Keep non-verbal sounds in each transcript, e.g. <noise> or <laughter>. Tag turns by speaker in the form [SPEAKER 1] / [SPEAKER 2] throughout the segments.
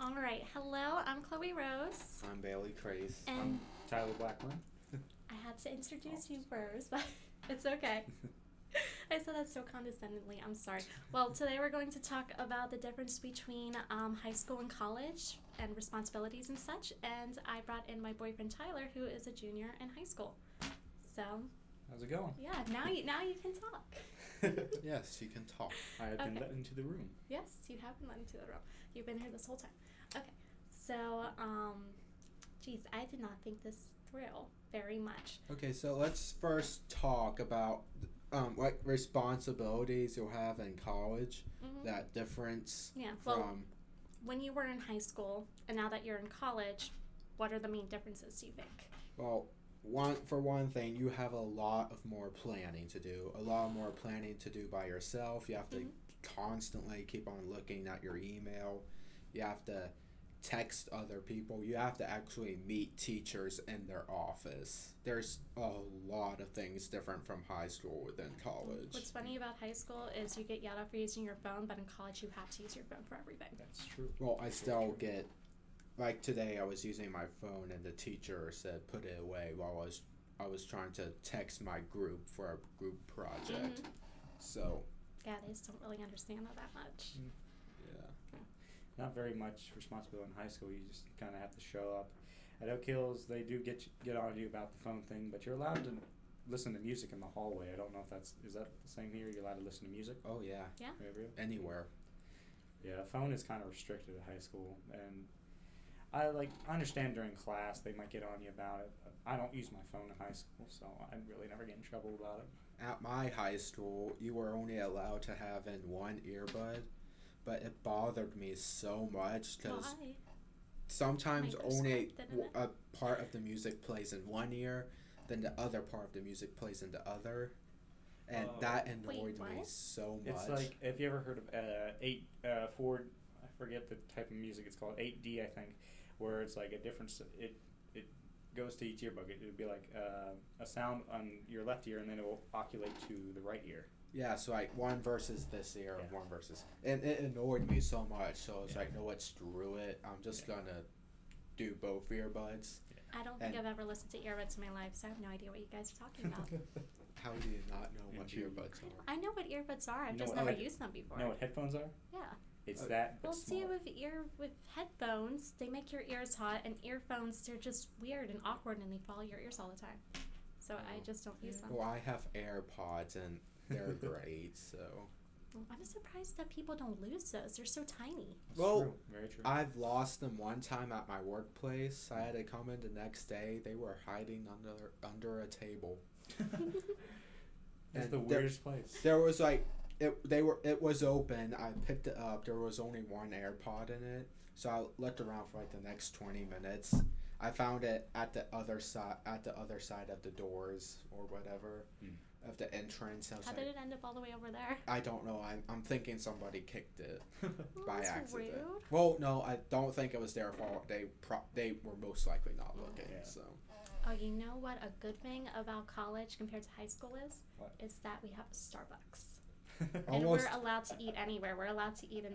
[SPEAKER 1] All right. Hello, I'm Chloe Rose.
[SPEAKER 2] I'm Bailey Craze.
[SPEAKER 1] And
[SPEAKER 3] Tyler Blackman.
[SPEAKER 1] I had to introduce you first, <laughs> but it's okay. I said that so condescendingly. I'm sorry. Well, today we're going to talk about the difference between um, high school and college and responsibilities and such. And I brought in my boyfriend Tyler, who is a junior in high school. So
[SPEAKER 3] How's it <laughs> going?
[SPEAKER 1] yeah, now you now you can talk.
[SPEAKER 2] yes, you can talk.
[SPEAKER 3] I have been
[SPEAKER 1] Okay.
[SPEAKER 3] let into the room.
[SPEAKER 1] Yes, you have been let into the room. You've been here this whole time. Okay, so um, geez, I did not think this through very much.
[SPEAKER 2] Okay, so let's first talk about um, what responsibilities you'll have in college.
[SPEAKER 1] Mhm.
[SPEAKER 2] That difference
[SPEAKER 1] Yeah. Well,
[SPEAKER 2] from
[SPEAKER 1] when you were in high school and now that you're in college, what are the main differences do you think?
[SPEAKER 2] well, one for one thing, you have a lot of more planning to do. A lot more planning to do by yourself. You have to
[SPEAKER 1] Mhm.
[SPEAKER 2] constantly keep on looking at your email. You have to text other people. You have to actually meet teachers in their office. There's a lot of things different from high school than college.
[SPEAKER 1] What's funny about high school is you get yelled at for using your phone, but in college you have to use your phone for everything.
[SPEAKER 3] That's true.
[SPEAKER 2] Well, I still get like today I was using my phone and the teacher said put it away while I was I was trying to text my group for a group project. So,
[SPEAKER 1] Mm-hmm. Yeah, they just don't really understand that that much.
[SPEAKER 2] yeah.
[SPEAKER 3] Not very much responsibility in high school. You just kind of have to show up. At Oak Hills, they do get you- get on you about the phone thing, but you're allowed to listen to music in the hallway. I don't know if that's is that the same here. You're allowed to listen to music.
[SPEAKER 2] Oh yeah,
[SPEAKER 3] Maybe.
[SPEAKER 2] anywhere.
[SPEAKER 3] Yeah, phone is kind of restricted at high school, and I like I understand during class they might get on you about it. But I don't use my phone in high school, so I really never get in trouble about it.
[SPEAKER 2] At my high school, you were only allowed to have in one earbud, but it bothered me so much
[SPEAKER 1] Why?
[SPEAKER 2] cuz sometimes only
[SPEAKER 1] Microscope,
[SPEAKER 2] w- a part of the music plays in one ear, then the other part of the music plays in the other. And
[SPEAKER 3] Oh.
[SPEAKER 2] that
[SPEAKER 1] Wait,
[SPEAKER 2] annoyed me
[SPEAKER 1] what?
[SPEAKER 2] so much.
[SPEAKER 3] It's like have you ever heard of uh, eight uh, Ford? I forget the type of music it's called. Eight D, I think, where it's like a difference. It it goes to each earbud. It would be like uh, a sound on your left ear, and then it will oculate to the right ear.
[SPEAKER 2] yeah, so like one versus this ear, and
[SPEAKER 3] Yeah.
[SPEAKER 2] one versus. And it annoyed me so much. So it's
[SPEAKER 3] Yeah.
[SPEAKER 2] like, no, what, screw it. I'm just
[SPEAKER 3] Yeah.
[SPEAKER 2] gonna do both earbuds.
[SPEAKER 1] I don't think
[SPEAKER 2] and-
[SPEAKER 1] I've ever listened to earbuds in my life, so I have no idea what you guys are
[SPEAKER 2] <laughs>
[SPEAKER 1] talking
[SPEAKER 3] <laughs>
[SPEAKER 1] about.
[SPEAKER 2] How do you not know what
[SPEAKER 3] Indeed.
[SPEAKER 2] earbuds are?
[SPEAKER 1] I know what earbuds are. I've
[SPEAKER 3] You know
[SPEAKER 1] just
[SPEAKER 3] what-
[SPEAKER 1] never
[SPEAKER 3] oh,
[SPEAKER 1] used them before.
[SPEAKER 3] You know what headphones are?
[SPEAKER 1] Yeah.
[SPEAKER 3] It's
[SPEAKER 2] Oh.
[SPEAKER 3] that. But
[SPEAKER 1] Well, see,
[SPEAKER 3] <laughs> smaller.
[SPEAKER 1] with ear with headphones, they make your ears hot, and earphones they're just weird and awkward, and they fall your ears all the time. So I
[SPEAKER 2] Oh.
[SPEAKER 1] just don't use them.
[SPEAKER 2] Well, I have AirPods and <laughs> they're great, so.
[SPEAKER 1] Well, I'm surprised that people don't lose those. They're so <laughs> tiny.
[SPEAKER 3] That's
[SPEAKER 2] Well,
[SPEAKER 3] true. very <laughs> true.
[SPEAKER 2] I've lost them one time at my workplace. I had to come in the next day. They were hiding under under a table.
[SPEAKER 3] It's
[SPEAKER 2] and
[SPEAKER 3] the
[SPEAKER 2] they're-
[SPEAKER 3] weirdest
[SPEAKER 2] <laughs>
[SPEAKER 3] place.
[SPEAKER 2] There was like it they were it was open. I picked it up. There was only one AirPod in it. So I looked around for like the next 20 minutes. I found it at the other side at the other side of the doors or whatever
[SPEAKER 3] Hmm.
[SPEAKER 2] of the entrance. I was
[SPEAKER 1] How
[SPEAKER 2] like,
[SPEAKER 1] did it end up all the way over there?
[SPEAKER 2] I don't know. I'm, I'm thinking somebody kicked it.
[SPEAKER 1] Well,
[SPEAKER 2] By
[SPEAKER 1] that's
[SPEAKER 2] accident.
[SPEAKER 1] rude.
[SPEAKER 2] Well, no, I don't think it was their fault. They pro- they were most likely not looking.
[SPEAKER 3] Yeah.
[SPEAKER 2] So
[SPEAKER 1] Oh, you know what? A good thing about college compared to high school is
[SPEAKER 3] What?
[SPEAKER 1] is that we have Starbucks,
[SPEAKER 3] Oh. <laughs>
[SPEAKER 1] and
[SPEAKER 2] almost
[SPEAKER 1] we're allowed to eat anywhere. We're allowed to eat in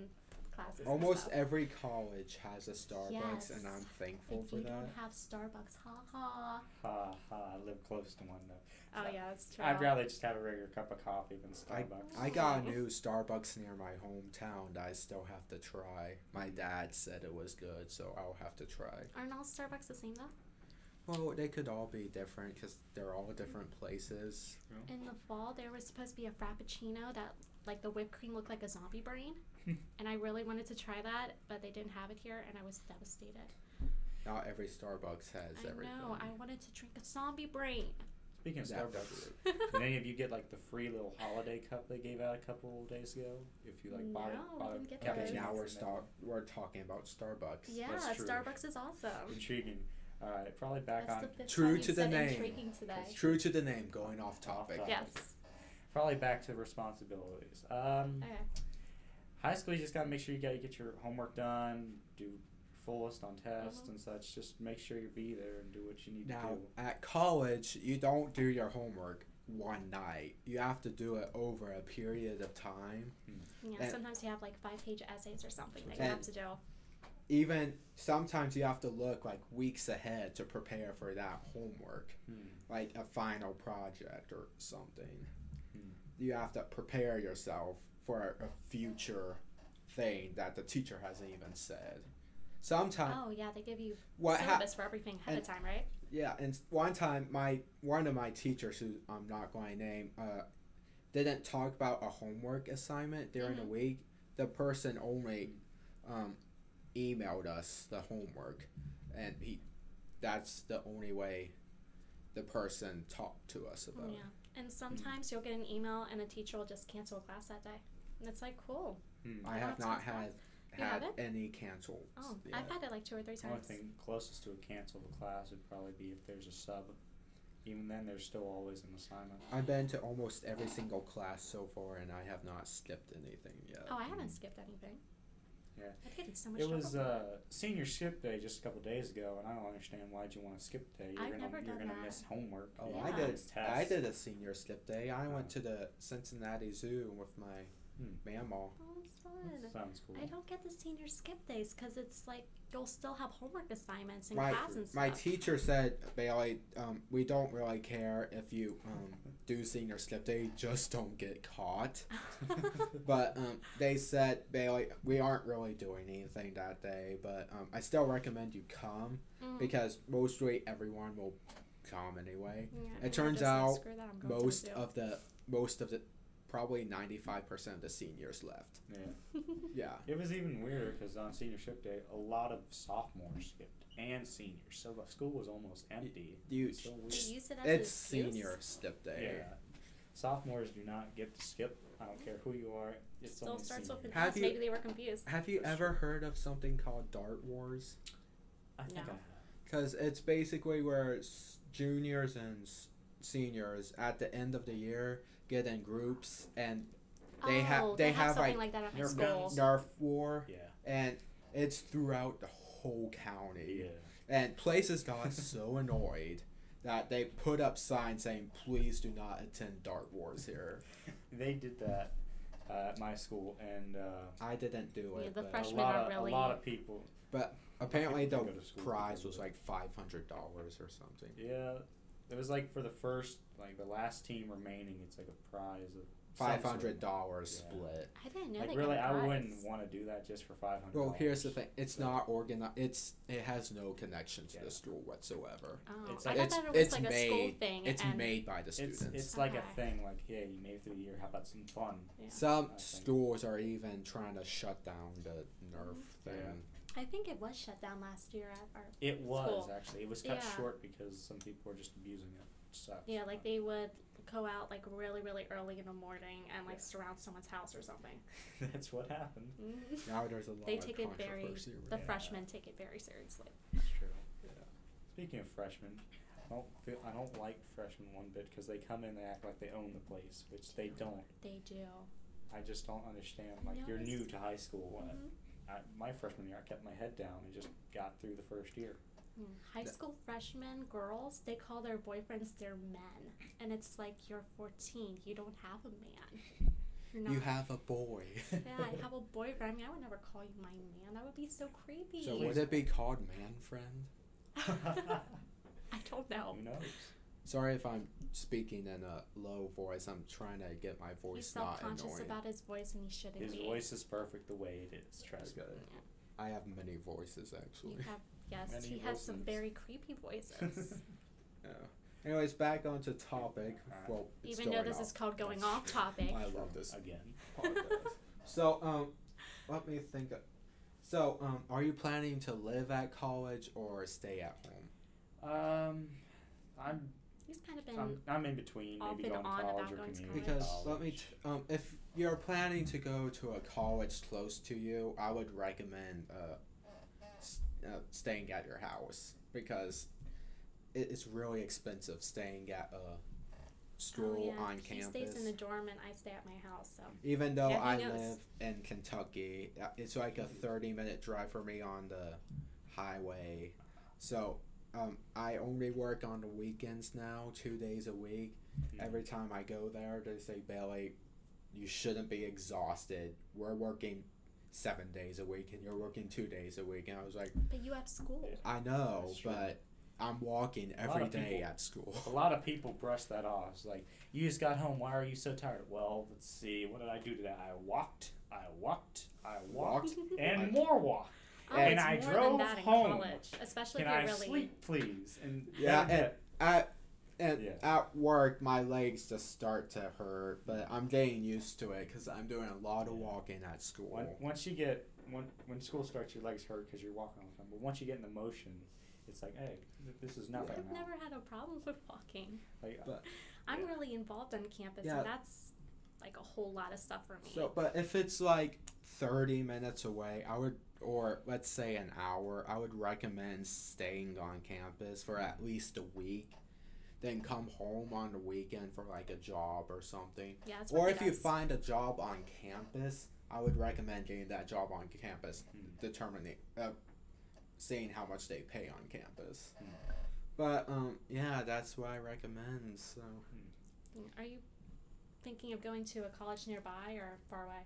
[SPEAKER 1] classes. and
[SPEAKER 2] almost
[SPEAKER 1] stuff.
[SPEAKER 2] every college has a Starbucks,
[SPEAKER 1] Yes.
[SPEAKER 2] and I'm thankful
[SPEAKER 1] If
[SPEAKER 2] for
[SPEAKER 1] you don't
[SPEAKER 2] that.
[SPEAKER 1] have Starbucks, ha ha.
[SPEAKER 3] ha ha! I live close to one though.
[SPEAKER 1] Oh
[SPEAKER 3] So,
[SPEAKER 1] yeah, it's true.
[SPEAKER 3] I'd rather just have a regular cup of coffee than Starbucks.
[SPEAKER 2] I got a new Starbucks near my hometown that I still have to try. My dad said it was good, so I'll have to try.
[SPEAKER 1] Aren't all Starbucks the same though?
[SPEAKER 2] Well, they could all be different because they're all different places.
[SPEAKER 1] In the fall, there was supposed to be a frappuccino that, like, the whipped cream looked like a zombie brain.
[SPEAKER 3] Hmm.
[SPEAKER 1] and I really wanted to try that, but they didn't have it here, and I was devastated.
[SPEAKER 2] Not every Starbucks has
[SPEAKER 1] I
[SPEAKER 2] everything.
[SPEAKER 1] know. I wanted to drink a zombie brain.
[SPEAKER 3] Speaking of
[SPEAKER 2] That-
[SPEAKER 3] Starbucks,
[SPEAKER 1] <laughs>
[SPEAKER 3] did any of you get like the free little holiday cup they gave out a couple days ago? If you like bought,
[SPEAKER 1] No, we
[SPEAKER 3] bought
[SPEAKER 1] didn't get
[SPEAKER 3] a
[SPEAKER 2] Okay,
[SPEAKER 1] those.
[SPEAKER 3] cappuccino,
[SPEAKER 2] now we're
[SPEAKER 3] and
[SPEAKER 2] star- we're talking about Starbucks.
[SPEAKER 1] yeah,
[SPEAKER 3] that's true.
[SPEAKER 1] Starbucks is
[SPEAKER 2] Oh.
[SPEAKER 3] then-
[SPEAKER 1] awesome.
[SPEAKER 3] Intriguing. All right, probably back
[SPEAKER 1] That's
[SPEAKER 3] on
[SPEAKER 1] the fifth
[SPEAKER 2] True
[SPEAKER 1] time you
[SPEAKER 2] to the
[SPEAKER 1] said
[SPEAKER 2] name.
[SPEAKER 1] Intriguing today.
[SPEAKER 2] True to the name, going off topic.
[SPEAKER 3] topic.
[SPEAKER 1] Yes.
[SPEAKER 3] probably back to responsibilities. Um,
[SPEAKER 1] Okay.
[SPEAKER 3] high school, you just gotta make sure you gotta get your homework done, do fullest on tests
[SPEAKER 1] Mhm.
[SPEAKER 3] and such. Just make sure you be there and do what you need
[SPEAKER 2] Now,
[SPEAKER 3] to do.
[SPEAKER 2] at college, you don't do your homework one night. You have to do it over a period of time.
[SPEAKER 1] Yeah.
[SPEAKER 2] And-
[SPEAKER 1] sometimes you have like five-page essays or something that you
[SPEAKER 2] And-
[SPEAKER 1] have to do.
[SPEAKER 2] even sometimes you have to look like weeks ahead to prepare for that homework,
[SPEAKER 3] Hmm.
[SPEAKER 2] like a final project or something.
[SPEAKER 3] Hmm.
[SPEAKER 2] You have to prepare yourself for a future thing that the teacher hasn't even said. Sometimes
[SPEAKER 1] Oh yeah, they give you
[SPEAKER 2] uh, what hap-
[SPEAKER 1] syllabus for everything ahead of time, right?
[SPEAKER 2] Yeah, and s- one time my one of my teachers who I'm not going to name uh, didn't talk about a homework assignment during
[SPEAKER 1] Mm-hmm.
[SPEAKER 2] the week. The person only um, emailed us the homework, and he that's the only way the person talked to us about.
[SPEAKER 1] Yeah. And sometimes you'll get an email and a teacher will just cancel a class that day. And it's like cool.
[SPEAKER 3] Hmm.
[SPEAKER 2] I have
[SPEAKER 1] That
[SPEAKER 2] not
[SPEAKER 1] sounds nice.
[SPEAKER 2] had
[SPEAKER 1] You
[SPEAKER 2] had
[SPEAKER 1] haven't?
[SPEAKER 2] any cancels.
[SPEAKER 1] Oh,
[SPEAKER 2] yet.
[SPEAKER 1] I've had it like two or three
[SPEAKER 3] The only
[SPEAKER 1] times.
[SPEAKER 3] thing closest to a canceled class would probably be if there's a sub. Even then, there's still always an assignment.
[SPEAKER 2] I've been to almost every single class so far, and I have not skipped anything yet.
[SPEAKER 1] Oh, I haven't skipped anything.
[SPEAKER 3] Yeah.
[SPEAKER 1] I've gotten so much
[SPEAKER 3] It
[SPEAKER 1] trouble
[SPEAKER 3] was
[SPEAKER 1] for
[SPEAKER 3] uh, senior skip day just a couple days ago, and I don't understand why'd you want to skip day. You're
[SPEAKER 1] I've
[SPEAKER 3] gonna
[SPEAKER 1] never
[SPEAKER 3] you're
[SPEAKER 1] done
[SPEAKER 3] gonna
[SPEAKER 1] that.
[SPEAKER 3] miss homework.
[SPEAKER 2] Oh,
[SPEAKER 3] you're
[SPEAKER 2] I
[SPEAKER 3] gonna
[SPEAKER 2] did.
[SPEAKER 3] miss
[SPEAKER 2] I
[SPEAKER 3] tests.
[SPEAKER 2] did a senior skip day. I
[SPEAKER 3] Oh.
[SPEAKER 2] went to the Cincinnati Zoo with my
[SPEAKER 3] Hmm.
[SPEAKER 2] mammal.
[SPEAKER 1] Oh, it's fun.
[SPEAKER 3] That Sounds cool.
[SPEAKER 1] I don't get the senior skip days because it's like you'll still have homework assignments and
[SPEAKER 2] My,
[SPEAKER 1] class and stuff.
[SPEAKER 2] my
[SPEAKER 3] <laughs>
[SPEAKER 2] teacher said, Bailey, um, we don't really care if you um, do senior skip day, just don't get caught.
[SPEAKER 1] <laughs>
[SPEAKER 2] But um, <laughs> they said, Bailey, we aren't really doing anything that day, but um, I still recommend you come
[SPEAKER 1] <laughs> Mm.
[SPEAKER 2] because mostly everyone will come anyway.
[SPEAKER 1] Yeah,
[SPEAKER 2] It
[SPEAKER 1] and I
[SPEAKER 2] turns
[SPEAKER 1] just like,
[SPEAKER 2] out
[SPEAKER 1] "Screw that, I'm going to the
[SPEAKER 2] Most
[SPEAKER 1] zoo."
[SPEAKER 2] of the, most of the, probably 95% of the seniors left.
[SPEAKER 3] yeah.
[SPEAKER 2] Yeah.
[SPEAKER 3] It was even weirder because on senior skip day, a lot of sophomores skipped and seniors, so the school was almost empty.
[SPEAKER 2] You,
[SPEAKER 3] It's so
[SPEAKER 1] <laughs>
[SPEAKER 3] weird.
[SPEAKER 1] they use it as an
[SPEAKER 2] it's
[SPEAKER 1] excuse?
[SPEAKER 2] senior skip day.
[SPEAKER 3] Yeah. Sophomores do not get to skip. I don't care who you are. It's
[SPEAKER 1] Still
[SPEAKER 3] only
[SPEAKER 1] starts
[SPEAKER 3] seniors.
[SPEAKER 1] off with
[SPEAKER 2] Have
[SPEAKER 1] S,
[SPEAKER 2] you-
[SPEAKER 1] Maybe they were confused.
[SPEAKER 2] Have you
[SPEAKER 3] For
[SPEAKER 2] ever heard of something called Dart Wars?
[SPEAKER 3] I think
[SPEAKER 1] No.
[SPEAKER 3] I have.
[SPEAKER 2] Because it's basically where s- juniors and s- seniors at the end of the year get in groups and They
[SPEAKER 1] oh,
[SPEAKER 2] have-
[SPEAKER 1] they,
[SPEAKER 2] they
[SPEAKER 1] have
[SPEAKER 2] have,
[SPEAKER 1] something
[SPEAKER 2] like,
[SPEAKER 1] like that at my
[SPEAKER 3] Nerf
[SPEAKER 1] school.
[SPEAKER 3] guns.
[SPEAKER 2] Nerf War,
[SPEAKER 3] Yeah.
[SPEAKER 2] and it's throughout the whole county.
[SPEAKER 3] Yeah. <laughs>
[SPEAKER 2] And places got so annoyed that they put up signs saying, please do not attend Dart Wars here.
[SPEAKER 3] They did that uh, at my school, and uh,
[SPEAKER 2] I didn't do
[SPEAKER 1] Yeah,
[SPEAKER 2] it.
[SPEAKER 1] the
[SPEAKER 2] but
[SPEAKER 1] freshmen
[SPEAKER 3] a lot
[SPEAKER 1] are
[SPEAKER 3] of
[SPEAKER 1] really-
[SPEAKER 3] a lot of people.
[SPEAKER 2] apparently,
[SPEAKER 3] people
[SPEAKER 2] the
[SPEAKER 3] go to school
[SPEAKER 2] prize was
[SPEAKER 3] because of
[SPEAKER 2] like $500 or something.
[SPEAKER 3] Yeah. It was like for the first, like the last team remaining, it's like a prize of some
[SPEAKER 2] $500
[SPEAKER 3] sort.
[SPEAKER 2] split.
[SPEAKER 1] I didn't know they got
[SPEAKER 3] Like really,
[SPEAKER 1] a
[SPEAKER 3] I
[SPEAKER 1] prize.
[SPEAKER 3] wouldn't want to do that just for five hundred.
[SPEAKER 2] Well, here's the thing. It's
[SPEAKER 3] So-
[SPEAKER 2] not organized. It's it has no connection to
[SPEAKER 3] Yeah.
[SPEAKER 2] the school whatsoever.
[SPEAKER 1] Oh,
[SPEAKER 3] It's
[SPEAKER 1] I
[SPEAKER 3] like-
[SPEAKER 1] thought
[SPEAKER 2] it's-
[SPEAKER 1] that it was
[SPEAKER 2] it's
[SPEAKER 1] like a school
[SPEAKER 2] made-
[SPEAKER 1] thing.
[SPEAKER 2] It's
[SPEAKER 1] and
[SPEAKER 2] made by the
[SPEAKER 3] It's
[SPEAKER 2] students.
[SPEAKER 3] it's like
[SPEAKER 1] Okay.
[SPEAKER 3] a thing. Like, yeah, you made it through the year. How about some fun?
[SPEAKER 1] Yeah.
[SPEAKER 2] Some
[SPEAKER 3] I think.
[SPEAKER 2] schools are even trying to shut down the Nerf
[SPEAKER 1] Mm-hmm.
[SPEAKER 3] Yeah.
[SPEAKER 2] thing.
[SPEAKER 1] I think it was shut down last year at our
[SPEAKER 3] It was
[SPEAKER 1] School.
[SPEAKER 3] actually. It was cut
[SPEAKER 1] Yeah.
[SPEAKER 3] short because some people were just abusing it. Which sucks.
[SPEAKER 1] Yeah, like they would go out like really, really early in the morning and like
[SPEAKER 3] Yeah.
[SPEAKER 1] surround someone's house or something.
[SPEAKER 3] <laughs> That's what happened.
[SPEAKER 1] Mm-hmm.
[SPEAKER 2] Now there's a lot
[SPEAKER 1] They
[SPEAKER 2] of
[SPEAKER 1] take it very-
[SPEAKER 2] controversy. around
[SPEAKER 1] The
[SPEAKER 3] Yeah.
[SPEAKER 1] freshmen take it very seriously.
[SPEAKER 3] It's true.
[SPEAKER 2] Yeah.
[SPEAKER 3] Speaking of freshmen, I don't feel, I don't like freshmen one bit because they come in they act like they own the place, which they don't.
[SPEAKER 1] They do.
[SPEAKER 3] I just don't understand. Like
[SPEAKER 1] No,
[SPEAKER 3] you're
[SPEAKER 1] it's-
[SPEAKER 3] new to high school. Uh,
[SPEAKER 1] Mhm.
[SPEAKER 3] I, my freshman year, I kept my head down and just got through the first
[SPEAKER 1] <laughs>
[SPEAKER 3] year. <laughs>
[SPEAKER 1] Mm. High
[SPEAKER 2] No.
[SPEAKER 1] school freshmen girls, they call their boyfriends their men, and it's like you're 14, you don't have a man. You're not.
[SPEAKER 2] You have a boy.
[SPEAKER 1] yeah,
[SPEAKER 3] <laughs>
[SPEAKER 1] I have a boyfriend. I mean, I would never call you my man. That would be so creepy.
[SPEAKER 2] so would it be called man friend?
[SPEAKER 1] <laughs> I don't know.
[SPEAKER 3] Who knows?
[SPEAKER 2] Sorry if I'm speaking in a low voice. I'm trying to get my
[SPEAKER 3] Mm,
[SPEAKER 1] He's
[SPEAKER 2] voice not
[SPEAKER 1] self-conscious
[SPEAKER 2] annoying.
[SPEAKER 1] about his voice, and he shouldn't
[SPEAKER 3] His
[SPEAKER 1] be.
[SPEAKER 3] voice is perfect the way it is.
[SPEAKER 2] That's
[SPEAKER 3] Trust me.
[SPEAKER 2] good.
[SPEAKER 1] Yeah.
[SPEAKER 2] I have many voices
[SPEAKER 1] You
[SPEAKER 3] <laughs>
[SPEAKER 2] actually.
[SPEAKER 1] have yes,
[SPEAKER 3] Many
[SPEAKER 1] he has some
[SPEAKER 3] voices.
[SPEAKER 1] very creepy
[SPEAKER 3] <laughs>
[SPEAKER 1] voices.
[SPEAKER 2] Yeah. Anyways, back onto topic.
[SPEAKER 3] Alright.
[SPEAKER 2] Well, it's
[SPEAKER 1] Even though
[SPEAKER 2] going
[SPEAKER 1] this
[SPEAKER 2] off.
[SPEAKER 1] is called going
[SPEAKER 3] That's
[SPEAKER 1] off
[SPEAKER 3] true.
[SPEAKER 1] topic.
[SPEAKER 2] I love this
[SPEAKER 3] Again.
[SPEAKER 2] podcast. So, um, let me think. Of, so, um, are you planning to live at college or stay at home?
[SPEAKER 3] Um, I'm
[SPEAKER 1] <laughs> He's kind of been
[SPEAKER 3] I'm, I'm in between,
[SPEAKER 1] off
[SPEAKER 3] maybe
[SPEAKER 1] and
[SPEAKER 3] going to
[SPEAKER 1] on
[SPEAKER 3] college
[SPEAKER 1] about
[SPEAKER 3] or
[SPEAKER 1] going to
[SPEAKER 3] community
[SPEAKER 1] college.
[SPEAKER 2] Because
[SPEAKER 3] Mm. college.
[SPEAKER 2] let me, t- um, if you're planning to go to a college close to you, I would recommend uh, s- uh staying at your house because it is really expensive staying at a school
[SPEAKER 1] oh, yeah.
[SPEAKER 2] on
[SPEAKER 1] he
[SPEAKER 2] campus.
[SPEAKER 1] stays in the dorm and I stay at my house. So
[SPEAKER 2] Even though
[SPEAKER 1] Yeah, he
[SPEAKER 2] I
[SPEAKER 1] knows.
[SPEAKER 2] live in Kentucky, uh, it's like a 30 minute drive for me on the highway. So um, I only work on the weekends now, two days a week.
[SPEAKER 3] Mm.
[SPEAKER 2] Every time I go there, they say, Bailey, you shouldn't be exhausted. We're working seven days a week and you're working two days a week. And I was like,
[SPEAKER 1] But you have school.
[SPEAKER 3] Yeah.
[SPEAKER 2] I know,
[SPEAKER 3] That's true.
[SPEAKER 2] but I'm walking
[SPEAKER 3] lot
[SPEAKER 2] every
[SPEAKER 3] of
[SPEAKER 2] day
[SPEAKER 3] people-
[SPEAKER 2] at school.
[SPEAKER 3] A lot of people brush that off. It's like, you just got home. Why are you so tired? Well, let's see. What did I do today? I walked. I walked. I walked. and
[SPEAKER 2] I-
[SPEAKER 3] more walk.
[SPEAKER 1] <laughs> Oh,
[SPEAKER 2] And
[SPEAKER 1] it's
[SPEAKER 3] I
[SPEAKER 1] more
[SPEAKER 3] drove
[SPEAKER 1] than that in
[SPEAKER 3] home.
[SPEAKER 1] college, especially
[SPEAKER 3] Can
[SPEAKER 1] if you're
[SPEAKER 3] I
[SPEAKER 1] really
[SPEAKER 3] sleep, please? And
[SPEAKER 2] Yeah,
[SPEAKER 3] and,
[SPEAKER 2] and- at and
[SPEAKER 3] Yeah.
[SPEAKER 2] at work my legs just start to hurt but i'm getting used to it because i'm doing a lot of walking at school
[SPEAKER 3] When, once you get when when school starts, your legs hurt because you're walking all the time. But once you get in the motion, it's like, hey, th- this is nothing
[SPEAKER 1] I've
[SPEAKER 3] now.
[SPEAKER 1] never had a problem with walking.
[SPEAKER 3] Like, uh,
[SPEAKER 2] But-
[SPEAKER 1] I'm
[SPEAKER 3] Yeah.
[SPEAKER 1] really involved on campus,
[SPEAKER 2] Yeah.
[SPEAKER 1] and that's like a whole lot of stuff for me.
[SPEAKER 2] so but if it's like 30 minutes away i would or let's say an hour i would recommend staying on campus for at least a week then come home on the weekend for like a job or something
[SPEAKER 1] yeah, that's what
[SPEAKER 2] or
[SPEAKER 1] he
[SPEAKER 2] if you
[SPEAKER 1] does.
[SPEAKER 2] find a job on campus i would recommend getting that job on campus
[SPEAKER 3] Mm.
[SPEAKER 2] determining uh, seeing how much they pay on campus
[SPEAKER 3] Mm.
[SPEAKER 2] but um yeah that's what i recommend so
[SPEAKER 1] Are you thinking of going to a college nearby or far away?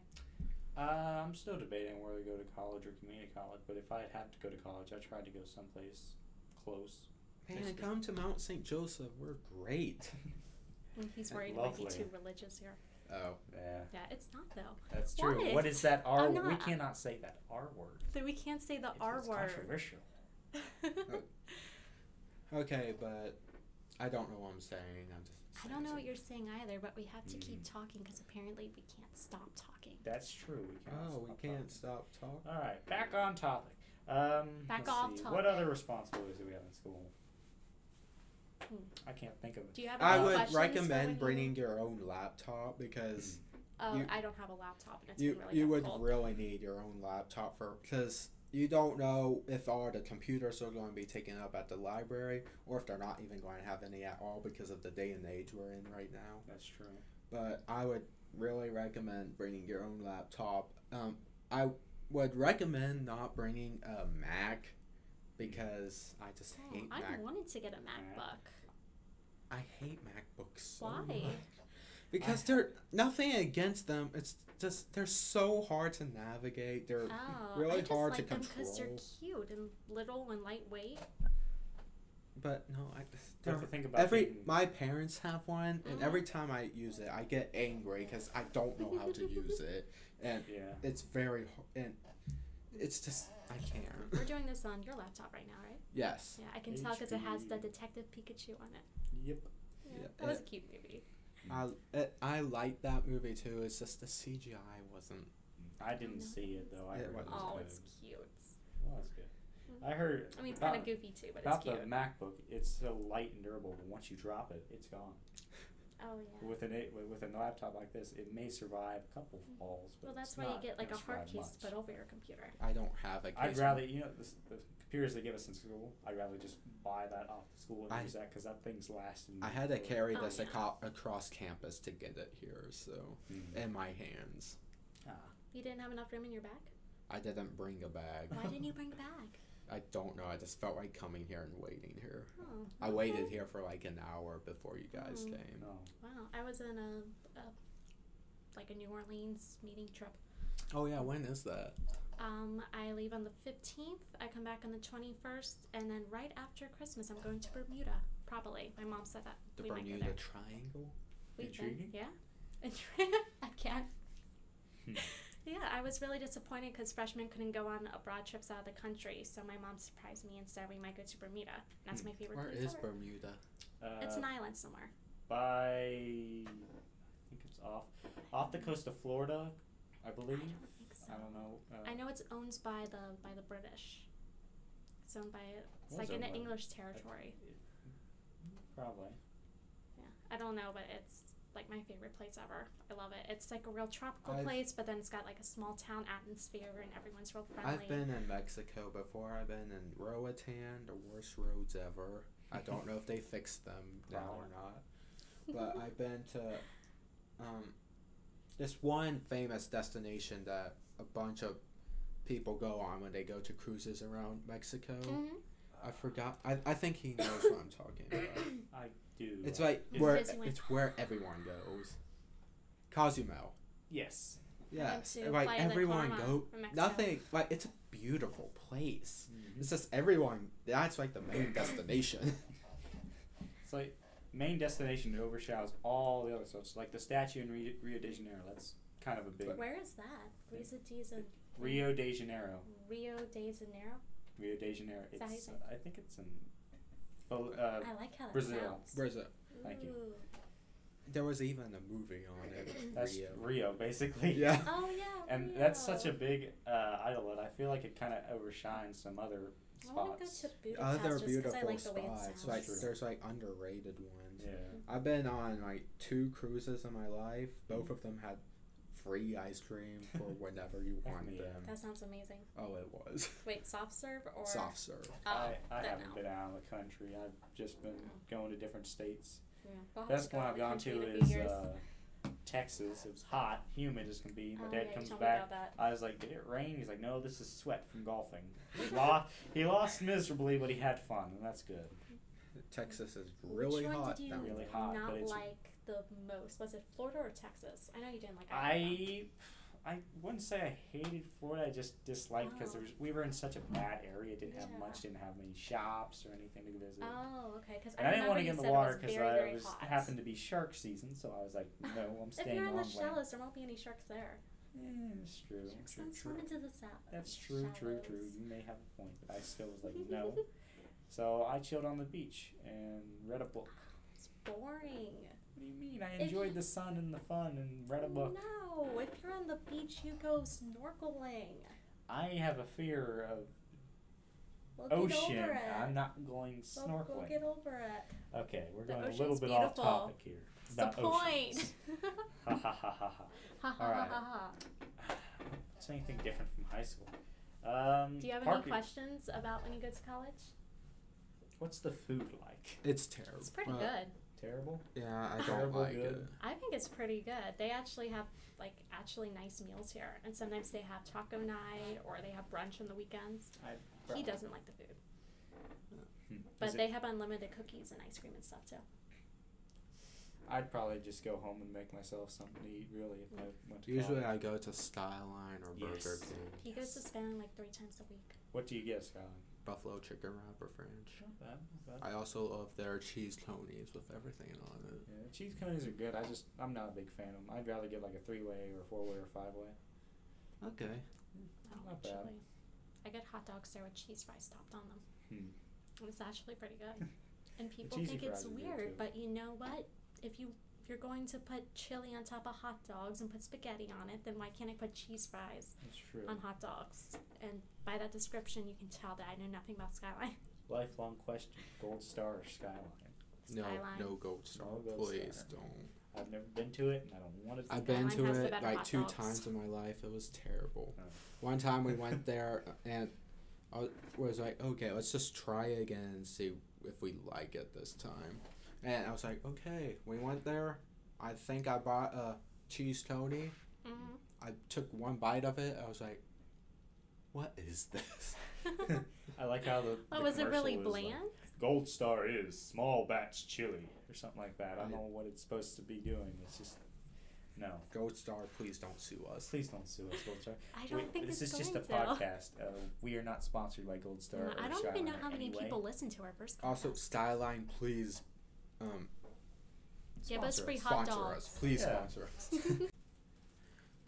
[SPEAKER 3] Uh, I'm still debating whether to go to college or community college, but if I had to go to college, I tried to go someplace close.
[SPEAKER 2] man
[SPEAKER 3] Basically.
[SPEAKER 2] come to mount st joseph we're great
[SPEAKER 1] And he's
[SPEAKER 3] Uh,
[SPEAKER 1] worried about you
[SPEAKER 3] lovely.
[SPEAKER 1] too religious here.
[SPEAKER 2] oh
[SPEAKER 3] Yeah,
[SPEAKER 1] Yeah, it's not though.
[SPEAKER 3] that's true.
[SPEAKER 1] What?
[SPEAKER 3] What is that R?
[SPEAKER 1] I'm
[SPEAKER 3] We
[SPEAKER 1] not-
[SPEAKER 3] cannot say that R word.
[SPEAKER 1] That we can't say the
[SPEAKER 3] It's-
[SPEAKER 1] R
[SPEAKER 3] it's
[SPEAKER 1] word.
[SPEAKER 3] Controversial.
[SPEAKER 1] <laughs>
[SPEAKER 2] okay but i don't know what i'm saying i'm just
[SPEAKER 1] I
[SPEAKER 2] saying
[SPEAKER 1] don't know what
[SPEAKER 2] something.
[SPEAKER 1] you're saying either, but we have to keep
[SPEAKER 3] Mm.
[SPEAKER 1] talking because apparently we can't stop talking.
[SPEAKER 3] That's true. We cannot uh,
[SPEAKER 2] oh we
[SPEAKER 3] stop
[SPEAKER 2] can't stop talking
[SPEAKER 3] All right, back on topic. Um,
[SPEAKER 1] Back
[SPEAKER 3] let's
[SPEAKER 1] off
[SPEAKER 3] see,
[SPEAKER 1] topic.
[SPEAKER 3] What other responsibilities do we have in school?
[SPEAKER 1] Hmm.
[SPEAKER 3] I can't think of it.
[SPEAKER 1] Do you have any
[SPEAKER 2] i would
[SPEAKER 1] questions for when
[SPEAKER 2] recommend
[SPEAKER 1] you-
[SPEAKER 2] bringing your own laptop
[SPEAKER 3] Hmm,
[SPEAKER 2] because
[SPEAKER 1] Oh,
[SPEAKER 2] you-
[SPEAKER 1] I don't have a laptop, and it's
[SPEAKER 2] you
[SPEAKER 1] been really
[SPEAKER 2] you would
[SPEAKER 1] difficult.
[SPEAKER 2] really need your own laptop for because you don't know if all the computers are going to be taken up at the library or if they're not even going to have any at all because of the day and age we're in right now.
[SPEAKER 3] That's true.
[SPEAKER 2] But I would really recommend bringing your own laptop. Um, I would recommend not bringing a Mac because I just
[SPEAKER 1] Oh,
[SPEAKER 2] hate
[SPEAKER 1] I
[SPEAKER 2] Mac.
[SPEAKER 1] wanted to get a MacBook.
[SPEAKER 2] I hate MacBooks so
[SPEAKER 1] Why?
[SPEAKER 2] much. Because they're nothing against them. It's just they're so hard to navigate. They're
[SPEAKER 1] Oh,
[SPEAKER 2] <laughs> Really
[SPEAKER 1] I just
[SPEAKER 2] hard to
[SPEAKER 1] like them because they're
[SPEAKER 2] control.
[SPEAKER 1] cute and little and lightweight.
[SPEAKER 2] But no, I
[SPEAKER 3] You have
[SPEAKER 2] they're-
[SPEAKER 3] to think about
[SPEAKER 2] every
[SPEAKER 3] being-
[SPEAKER 2] my parents have one, and
[SPEAKER 1] Oh.
[SPEAKER 2] every time I use it, I get angry because I don't know how to
[SPEAKER 1] <laughs>
[SPEAKER 2] use it, and
[SPEAKER 3] yeah.
[SPEAKER 2] it's very ho- and it's just I can't.
[SPEAKER 1] We're doing this on your laptop right now, right?
[SPEAKER 2] Yes.
[SPEAKER 1] Yeah, I can tell because it has the
[SPEAKER 3] HP.
[SPEAKER 1] Detective Pikachu on it.
[SPEAKER 3] Yep.
[SPEAKER 1] Yeah,
[SPEAKER 2] Yeah,
[SPEAKER 1] that was a cute movie.
[SPEAKER 2] I it, I like that movie too. It's just the CGI wasn't.
[SPEAKER 3] I didn't see it though. I
[SPEAKER 2] It
[SPEAKER 3] heard
[SPEAKER 2] wasn't
[SPEAKER 3] was
[SPEAKER 1] Oh,
[SPEAKER 3] good.
[SPEAKER 1] it's cute.
[SPEAKER 3] Well, it's good. I heard.
[SPEAKER 1] I mean, it's
[SPEAKER 3] about,
[SPEAKER 1] kind of goofy too, but it's
[SPEAKER 3] about the
[SPEAKER 1] cute.
[SPEAKER 3] MacBook. It's so light and durable, but once you drop it, it's gone.
[SPEAKER 1] Oh yeah.
[SPEAKER 3] With an it- with a laptop like this, it may survive a couple falls. But
[SPEAKER 1] Mm-hmm. Well, that's
[SPEAKER 3] it's
[SPEAKER 1] why you
[SPEAKER 3] not
[SPEAKER 1] get like a
[SPEAKER 3] gonna
[SPEAKER 1] hard
[SPEAKER 3] survive
[SPEAKER 1] case to
[SPEAKER 3] much.
[SPEAKER 1] put over your computer.
[SPEAKER 2] I don't have a.
[SPEAKER 3] I'd
[SPEAKER 2] case-
[SPEAKER 3] rather you know the, s- the computers they give us in school. I'd rather just buy that off the school and
[SPEAKER 2] I-
[SPEAKER 3] use that because that thing's lasting.
[SPEAKER 2] I had to
[SPEAKER 3] forever.
[SPEAKER 2] carry
[SPEAKER 1] Oh,
[SPEAKER 2] this
[SPEAKER 1] yeah.
[SPEAKER 2] aco- across campus to get it here, so
[SPEAKER 3] Mm.
[SPEAKER 2] in my hands.
[SPEAKER 3] Ah,
[SPEAKER 1] You didn't have enough room in your bag.
[SPEAKER 2] I didn't bring a bag.
[SPEAKER 1] Why didn't you bring a bag?
[SPEAKER 2] I don't know. I just felt like coming here and waiting here.
[SPEAKER 1] <laughs> Oh,
[SPEAKER 2] I
[SPEAKER 1] okay.
[SPEAKER 2] waited here for like an hour before you
[SPEAKER 1] Mm.
[SPEAKER 2] guys came.
[SPEAKER 3] no.
[SPEAKER 1] Wow, I was in a, a like a New Orleans meeting trip.
[SPEAKER 2] Oh yeah, when is that?
[SPEAKER 1] Um, I leave on the 15th. I come back on the 21st, and then right after Christmas, I'm going to Bermuda. Probably, my mom said that
[SPEAKER 2] The
[SPEAKER 1] we might go
[SPEAKER 2] Bermuda
[SPEAKER 1] there.
[SPEAKER 2] Triangle?
[SPEAKER 1] We've been-
[SPEAKER 3] Intriguing.
[SPEAKER 1] yeah, <laughs> I can't.
[SPEAKER 3] Hmm.
[SPEAKER 1] yeah, I was really disappointed because freshmen couldn't go on abroad trips out of the country, so my mom surprised me and said we might go to Bermuda. And That's
[SPEAKER 3] Hmm.
[SPEAKER 1] my favorite
[SPEAKER 2] Where
[SPEAKER 1] place
[SPEAKER 2] is
[SPEAKER 1] ever.
[SPEAKER 2] Bermuda?
[SPEAKER 3] Uh,
[SPEAKER 1] It's an island somewhere.
[SPEAKER 3] by I think it's off off the coast of Florida, I believe.
[SPEAKER 1] I don't think so.
[SPEAKER 3] I don't know. Uh,
[SPEAKER 1] I know it's owned by the by the British. It's owned by it's
[SPEAKER 3] Was
[SPEAKER 1] like in
[SPEAKER 3] owned
[SPEAKER 1] the
[SPEAKER 3] by-
[SPEAKER 1] English territory.
[SPEAKER 3] Probably.
[SPEAKER 1] Yeah, I don't know, but it's like my favorite place ever. I love it. It's like a real tropical
[SPEAKER 2] I've-
[SPEAKER 1] place, but then it's got like a small town atmosphere and everyone's real friendly.
[SPEAKER 2] I've been in Mexico before. I've been in Roatan, the worst roads ever. I don't know if they fixed them now or not.
[SPEAKER 1] <laughs>
[SPEAKER 2] But I've been to um, this one famous destination that a bunch of people go on when they go to cruises around Mexico.
[SPEAKER 1] Mhm.
[SPEAKER 2] I
[SPEAKER 3] <laughs>
[SPEAKER 2] forgot. I, I think he knows what I'm talking about.
[SPEAKER 3] I do.
[SPEAKER 2] It's
[SPEAKER 3] uh,
[SPEAKER 2] like
[SPEAKER 3] Is
[SPEAKER 2] where
[SPEAKER 1] Disneyland.
[SPEAKER 2] it's where everyone goes. Cozumel.
[SPEAKER 3] yes.
[SPEAKER 2] Yeah,
[SPEAKER 1] to
[SPEAKER 2] and, like
[SPEAKER 1] Playa del
[SPEAKER 2] everyone
[SPEAKER 1] Carmen
[SPEAKER 2] go.
[SPEAKER 1] in Mexico.
[SPEAKER 2] Nothing like it's a beautiful place.
[SPEAKER 3] Mm-hmm.
[SPEAKER 2] It's just everyone. That's like the main destination.
[SPEAKER 3] It's like main destination overshadows all the other stuff. It's like the statue in Rio, Rio de Janeiro. That's kind of a big
[SPEAKER 1] Where is that? Risa Diz in
[SPEAKER 3] Rio de Janeiro.
[SPEAKER 1] Rio de Janeiro.
[SPEAKER 3] Rio de Janeiro.
[SPEAKER 1] that how you
[SPEAKER 3] It's
[SPEAKER 1] say it?
[SPEAKER 3] I think it's in. Bol- Uh,
[SPEAKER 1] I like how that
[SPEAKER 3] Brazil.
[SPEAKER 1] sounds.
[SPEAKER 2] Where's it?
[SPEAKER 3] Thank you.
[SPEAKER 1] Ooh.
[SPEAKER 2] uh, There was even a movie on it.
[SPEAKER 3] that's Rio,
[SPEAKER 2] Rio.
[SPEAKER 3] basically.
[SPEAKER 2] Yeah.
[SPEAKER 1] Oh yeah.
[SPEAKER 3] <laughs> And that's such a
[SPEAKER 1] Rio.
[SPEAKER 3] big uh, idol that I feel like it kind of overshines some other
[SPEAKER 1] I want to go
[SPEAKER 3] spots.
[SPEAKER 1] to Budapest just
[SPEAKER 2] Other
[SPEAKER 1] 'cause
[SPEAKER 2] beautiful
[SPEAKER 1] I like the way it
[SPEAKER 2] spots.
[SPEAKER 1] sounds.
[SPEAKER 2] Like
[SPEAKER 3] True.
[SPEAKER 2] there's like underrated ones.
[SPEAKER 3] yeah.
[SPEAKER 2] I've been on like two cruises in my life. Both of them had free ice cream for
[SPEAKER 3] <laughs>
[SPEAKER 2] whenever you wanted
[SPEAKER 3] Yeah.
[SPEAKER 2] them.
[SPEAKER 1] That sounds amazing.
[SPEAKER 2] Oh, it was
[SPEAKER 1] Wait, soft serve or
[SPEAKER 2] soft serve.
[SPEAKER 1] Oh,
[SPEAKER 3] I, I
[SPEAKER 1] then
[SPEAKER 3] haven't
[SPEAKER 1] no.
[SPEAKER 3] been out of the country. I've just been going to different states.
[SPEAKER 1] Yeah. We'll have
[SPEAKER 3] Best
[SPEAKER 1] to go
[SPEAKER 3] one
[SPEAKER 1] out
[SPEAKER 3] I've
[SPEAKER 1] of
[SPEAKER 3] gone
[SPEAKER 1] country
[SPEAKER 3] to
[SPEAKER 1] in a few
[SPEAKER 3] is
[SPEAKER 1] years.
[SPEAKER 3] uh, Texas. It was hot, humid as can be. My
[SPEAKER 1] Oh,
[SPEAKER 3] dad
[SPEAKER 1] yeah, you
[SPEAKER 3] comes
[SPEAKER 1] told me
[SPEAKER 3] back.
[SPEAKER 1] about that.
[SPEAKER 3] I was like, "Did it rain?" He's like, "No, this is sweat from golfing." He lost. He lost miserably, but he had fun, and that's good.
[SPEAKER 2] Texas is really
[SPEAKER 1] Which one
[SPEAKER 2] hot.
[SPEAKER 1] did you
[SPEAKER 2] down
[SPEAKER 3] Really
[SPEAKER 2] there.
[SPEAKER 3] hot,
[SPEAKER 1] not
[SPEAKER 3] but it's-
[SPEAKER 1] like the most? Was it Florida or Texas? I know you didn't like either
[SPEAKER 3] I, I wouldn't say I hated Florida. I just disliked because
[SPEAKER 1] Oh.
[SPEAKER 3] was we were in such a bad area. Didn't have
[SPEAKER 1] Yeah.
[SPEAKER 3] much. Didn't have many shops or anything to visit.
[SPEAKER 1] of them. Oh, okay. Because
[SPEAKER 3] and I didn't
[SPEAKER 1] want to
[SPEAKER 3] get in the water
[SPEAKER 1] because
[SPEAKER 3] I was
[SPEAKER 1] hot.
[SPEAKER 3] happened to be shark season, so I
[SPEAKER 1] <laughs>
[SPEAKER 3] was like, "No, I'm
[SPEAKER 1] If
[SPEAKER 3] staying
[SPEAKER 1] you're in
[SPEAKER 3] on
[SPEAKER 1] the
[SPEAKER 3] land."
[SPEAKER 1] shallows, there won't be any sharks there.
[SPEAKER 3] Eh, that's true.
[SPEAKER 1] Sharks
[SPEAKER 3] true,
[SPEAKER 1] don't
[SPEAKER 3] true.
[SPEAKER 1] swim into the sou-
[SPEAKER 3] That's true, true, true.
[SPEAKER 1] shallows.
[SPEAKER 3] You may have a point, but I still was like, no.
[SPEAKER 1] <laughs>
[SPEAKER 3] So I chilled on the beach and read a book.
[SPEAKER 1] It's boring.
[SPEAKER 3] What do you mean? I
[SPEAKER 1] If
[SPEAKER 3] enjoyed
[SPEAKER 1] you-
[SPEAKER 3] the sun and the fun and read a book.
[SPEAKER 1] No, if you're on the beach, you go snorkeling.
[SPEAKER 3] I have a fear of
[SPEAKER 1] We'll
[SPEAKER 3] ocean.
[SPEAKER 1] Get over it.
[SPEAKER 3] I'm not going
[SPEAKER 1] We'll-
[SPEAKER 3] snorkeling.
[SPEAKER 1] We'll get over it.
[SPEAKER 3] okay, we're
[SPEAKER 1] The
[SPEAKER 3] going a little
[SPEAKER 1] ocean's
[SPEAKER 3] bit off
[SPEAKER 1] beautiful.
[SPEAKER 3] topic here.
[SPEAKER 1] It's the
[SPEAKER 3] about
[SPEAKER 1] point. <laughs>
[SPEAKER 3] oceans. Ha ha ha ha ha.
[SPEAKER 1] ha ha
[SPEAKER 3] Alright.
[SPEAKER 1] ha ha.
[SPEAKER 3] It's anything different from high school. Um,
[SPEAKER 1] Do you have any
[SPEAKER 3] Parker,
[SPEAKER 1] questions about when you go to college?
[SPEAKER 3] What's the food like?
[SPEAKER 2] It's terrible.
[SPEAKER 1] It's pretty
[SPEAKER 2] Uh,
[SPEAKER 1] good.
[SPEAKER 3] Terrible.
[SPEAKER 2] Yeah, I don't
[SPEAKER 3] Terrible
[SPEAKER 2] like
[SPEAKER 3] good.
[SPEAKER 2] it.
[SPEAKER 1] I think it's pretty good. They actually have like actually nice meals here, and sometimes they have taco night or they have brunch on the weekends.
[SPEAKER 3] I,
[SPEAKER 1] He doesn't like the food,
[SPEAKER 3] Hmm.
[SPEAKER 1] but
[SPEAKER 3] Is it-
[SPEAKER 1] they have unlimited cookies and ice cream and stuff too.
[SPEAKER 3] I'd probably just go home and make myself something to eat. Really, if I went to
[SPEAKER 2] Usually,
[SPEAKER 3] college.
[SPEAKER 2] I go to Skyline or Burger
[SPEAKER 3] Yes.
[SPEAKER 2] King.
[SPEAKER 1] He goes to Skyline like three times a week.
[SPEAKER 3] What do you guess, Colin?
[SPEAKER 2] Buffalo chicken wrap or French.
[SPEAKER 3] Not bad, not bad.
[SPEAKER 2] I also love their cheese conies with everything on it.
[SPEAKER 3] Yeah, cheese conies are good. I just I'm not a big fan of them. I'd rather get like a three way or four way or five way.
[SPEAKER 2] Okay.
[SPEAKER 1] Oh,
[SPEAKER 3] Not bad.
[SPEAKER 1] actually, I get hot dogs there with cheese fries topped on them.
[SPEAKER 3] Hmm.
[SPEAKER 1] And it's actually pretty
[SPEAKER 3] <laughs>
[SPEAKER 1] good. And people
[SPEAKER 3] cheesy
[SPEAKER 1] think it's
[SPEAKER 3] fries are good, too.
[SPEAKER 1] weird, but you know what? If you if you're going to put chili on top of hot dogs and put spaghetti on it, then why can't I put cheese fries
[SPEAKER 3] That's true.
[SPEAKER 1] on hot dogs? And by that description, you can tell that I know nothing about Skyline. <laughs>
[SPEAKER 3] Lifelong question: Gold Star or Skyline?
[SPEAKER 2] No,
[SPEAKER 1] Skyline.
[SPEAKER 2] no gold star.
[SPEAKER 3] Gold
[SPEAKER 2] please
[SPEAKER 3] Star.
[SPEAKER 2] don't.
[SPEAKER 3] I've never been to it, and I don't want to.
[SPEAKER 2] I've
[SPEAKER 1] Skyline
[SPEAKER 2] been to
[SPEAKER 1] has the
[SPEAKER 2] it
[SPEAKER 1] better
[SPEAKER 2] like
[SPEAKER 1] hot
[SPEAKER 2] two
[SPEAKER 1] dogs.
[SPEAKER 2] times in my life. It was terrible.
[SPEAKER 3] Oh.
[SPEAKER 2] One time
[SPEAKER 3] <laughs>
[SPEAKER 2] we went there and I wa- was like, okay, let's just try again and see if we like it this time. And I was like, okay, we went there. I think I bought a cheese coney.
[SPEAKER 1] Mm-hmm.
[SPEAKER 2] I took one bite of it. I was like, what is
[SPEAKER 1] <laughs>
[SPEAKER 2] this? <laughs>
[SPEAKER 3] I like how the.
[SPEAKER 1] oh,
[SPEAKER 3] the
[SPEAKER 1] was it really
[SPEAKER 3] commercial is like,
[SPEAKER 1] bland?
[SPEAKER 3] Gold Star is small batch chili or something like that. I don't
[SPEAKER 2] Right.
[SPEAKER 3] know what it's supposed to be doing. It's just no.
[SPEAKER 2] Gold Star, please don't sue us.
[SPEAKER 3] Please don't sue us, Gold Star.
[SPEAKER 1] I don't
[SPEAKER 3] We-
[SPEAKER 1] think
[SPEAKER 3] this
[SPEAKER 1] it's
[SPEAKER 3] is just a
[SPEAKER 1] going to.
[SPEAKER 3] podcast. Uh, we are not sponsored by Gold Star.
[SPEAKER 1] No,
[SPEAKER 3] or
[SPEAKER 1] I don't even know
[SPEAKER 3] Skyline
[SPEAKER 1] how many
[SPEAKER 3] anyway.
[SPEAKER 1] people listen to our first.
[SPEAKER 2] Also, <laughs>
[SPEAKER 1] podcast. <laughs>
[SPEAKER 2] Skyline, please um,
[SPEAKER 1] give us
[SPEAKER 3] Sponsor
[SPEAKER 1] free
[SPEAKER 3] us.
[SPEAKER 1] hot
[SPEAKER 2] sponsor
[SPEAKER 1] dogs.
[SPEAKER 2] us. Please
[SPEAKER 3] Yeah.
[SPEAKER 2] sponsor us.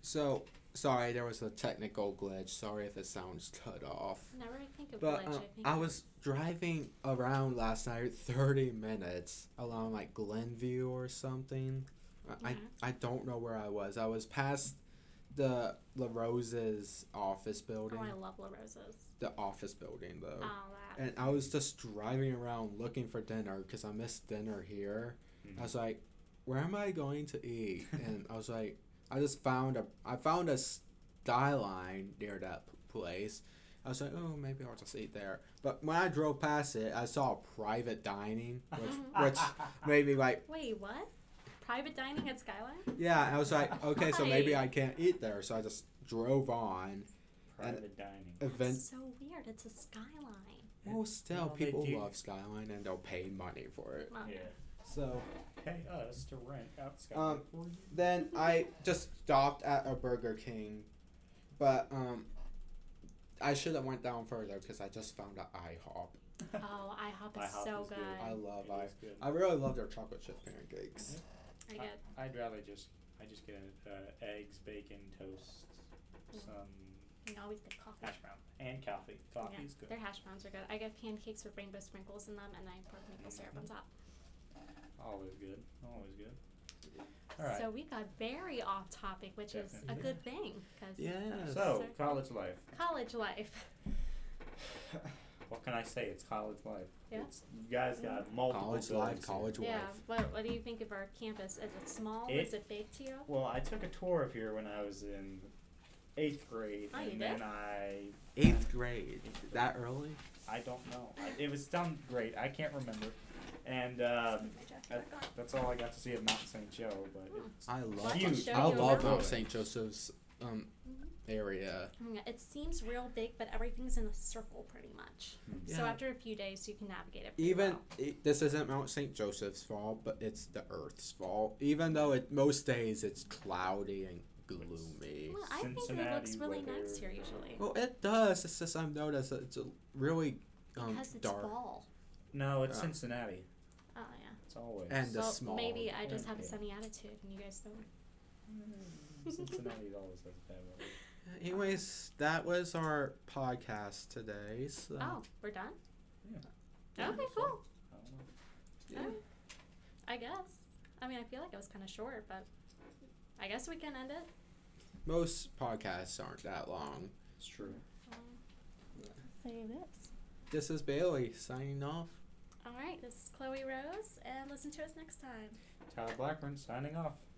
[SPEAKER 2] So, sorry, there was a technical glitch. Sorry if it sounds cut off.
[SPEAKER 1] Never think of
[SPEAKER 2] But
[SPEAKER 1] glitch.
[SPEAKER 2] um,
[SPEAKER 1] I think
[SPEAKER 2] I
[SPEAKER 1] of-
[SPEAKER 2] was driving around last night, <laughs> 30 minutes along like Glenview or something. I, I
[SPEAKER 1] Mhm.
[SPEAKER 2] I don't know where I was. I was past the La Rose's office
[SPEAKER 1] Oh,
[SPEAKER 2] building.
[SPEAKER 1] I love La Rosa's.
[SPEAKER 2] the office building though.
[SPEAKER 1] Oh, that.
[SPEAKER 2] And I was just driving around looking for dinner because I missed dinner here. I was like, where am I going to eat? And I was like, I just found a, I found a skyline near that p- place. I was like, oh, maybe I'll just eat there. But when I drove past it, I saw private dining,
[SPEAKER 3] <laughs>
[SPEAKER 1] <laughs>
[SPEAKER 2] which, which made me like,
[SPEAKER 1] Wait, what? Private dining at Skyline?
[SPEAKER 2] yeah. And I was like, okay, so maybe I can't eat there. So I just drove on.
[SPEAKER 3] private dining.
[SPEAKER 2] Event
[SPEAKER 1] That's so weird. It's a Skyline.
[SPEAKER 2] Well, still,
[SPEAKER 3] Well, they
[SPEAKER 2] people
[SPEAKER 3] do-
[SPEAKER 2] love Skyline and they'll pay money for it.
[SPEAKER 1] Well,
[SPEAKER 3] Yeah.
[SPEAKER 2] So
[SPEAKER 3] Pay us to rent out Skype
[SPEAKER 2] Um,
[SPEAKER 3] for you.
[SPEAKER 2] then I just stopped at a Burger King, but um, I should have went down further because I just found an IHOP.
[SPEAKER 1] Oh, IHOP is
[SPEAKER 3] IHOP
[SPEAKER 1] so
[SPEAKER 3] is
[SPEAKER 1] good.
[SPEAKER 3] good.
[SPEAKER 2] I love
[SPEAKER 3] <laughs> It
[SPEAKER 2] I.
[SPEAKER 3] is good.
[SPEAKER 2] I really love their chocolate chip pancakes.
[SPEAKER 1] I
[SPEAKER 3] I-
[SPEAKER 1] get
[SPEAKER 3] I'd rather just I just get uh, eggs, bacon, toast,
[SPEAKER 1] Mm.
[SPEAKER 3] some
[SPEAKER 1] we always get coffee.
[SPEAKER 3] hash brown, and coffee. Coffee
[SPEAKER 1] Yeah,
[SPEAKER 3] is good.
[SPEAKER 1] their hash browns are good. I get pancakes with rainbow sprinkles in them, and I pour maple syrup on top.
[SPEAKER 3] Always good. Always good. All right.
[SPEAKER 1] So we got very off topic, which is a
[SPEAKER 3] Definitely.
[SPEAKER 1] good thing because
[SPEAKER 2] Yes.
[SPEAKER 3] So,
[SPEAKER 1] Sorry.
[SPEAKER 3] college life. <laughs>
[SPEAKER 1] college life. <laughs>
[SPEAKER 3] What can I say? It's college life.
[SPEAKER 1] Yeah.
[SPEAKER 3] It's, you guys
[SPEAKER 1] Mm.
[SPEAKER 3] got multiple
[SPEAKER 2] college
[SPEAKER 3] buildings
[SPEAKER 2] life,
[SPEAKER 3] here.
[SPEAKER 2] college wife.
[SPEAKER 1] Yeah. What What do you think of our campus? Is it small? Is
[SPEAKER 3] It-
[SPEAKER 1] it big to you?
[SPEAKER 3] Well, I took a tour of here when I was in eighth grade,
[SPEAKER 1] Oh, you
[SPEAKER 3] and
[SPEAKER 1] did?
[SPEAKER 3] then I
[SPEAKER 2] Eighth grade.
[SPEAKER 3] Eighth
[SPEAKER 2] That early?
[SPEAKER 3] I don't know. I, it was done great. I can't remember, and um,
[SPEAKER 1] My jacket
[SPEAKER 3] that,
[SPEAKER 1] back on.
[SPEAKER 3] that's all I got to see of Mount St. Joe. But
[SPEAKER 1] Hmm.
[SPEAKER 3] it's
[SPEAKER 2] I
[SPEAKER 1] Well,
[SPEAKER 2] love.
[SPEAKER 1] I can
[SPEAKER 3] Huge.
[SPEAKER 1] show
[SPEAKER 2] I
[SPEAKER 1] you around.
[SPEAKER 2] love Mount St. Joseph's um
[SPEAKER 1] Mhm.
[SPEAKER 2] area.
[SPEAKER 1] Yeah, Mm, It seems real big, but everything's in a circle pretty much. So
[SPEAKER 2] Yeah.
[SPEAKER 1] after a few days, you can navigate it. pretty
[SPEAKER 2] Even
[SPEAKER 1] well.
[SPEAKER 2] i this isn't Mount St. Joseph's fault, but it's the Earth's fault. Even though it most days it's cloudy and gloomy.
[SPEAKER 1] Well, I think it looks
[SPEAKER 3] Cincinnati
[SPEAKER 1] really
[SPEAKER 3] weather.
[SPEAKER 1] nice here usually
[SPEAKER 2] Well, it does. It's just I've noticed that it's a really um,
[SPEAKER 1] because it's
[SPEAKER 2] dark
[SPEAKER 1] fall.
[SPEAKER 3] no, it's
[SPEAKER 2] Yeah.
[SPEAKER 3] Cincinnati.
[SPEAKER 1] Oh yeah.
[SPEAKER 3] It's always
[SPEAKER 2] Uh. and the
[SPEAKER 1] well,
[SPEAKER 2] small.
[SPEAKER 1] maybe I just have a
[SPEAKER 3] Yeah.
[SPEAKER 1] sunny attitude, and you guys don't.
[SPEAKER 3] Cincinnati always has bad weather.
[SPEAKER 2] Anyways, that was our podcast today. So
[SPEAKER 1] Oh, we're done.
[SPEAKER 3] Yeah.
[SPEAKER 2] Yeah,
[SPEAKER 1] Okay,
[SPEAKER 3] that's
[SPEAKER 1] cool.
[SPEAKER 3] I don't know.
[SPEAKER 2] yeah.
[SPEAKER 1] Alright. I guess. I mean, I feel like it was kind of short, but I guess we can end it.
[SPEAKER 2] most podcasts aren't that long.
[SPEAKER 3] It's true.
[SPEAKER 1] Say this.
[SPEAKER 2] This is Bailey signing off.
[SPEAKER 1] All right, this is Chloe Rose, and listen to us next time.
[SPEAKER 3] Tyler Blackburn signing off.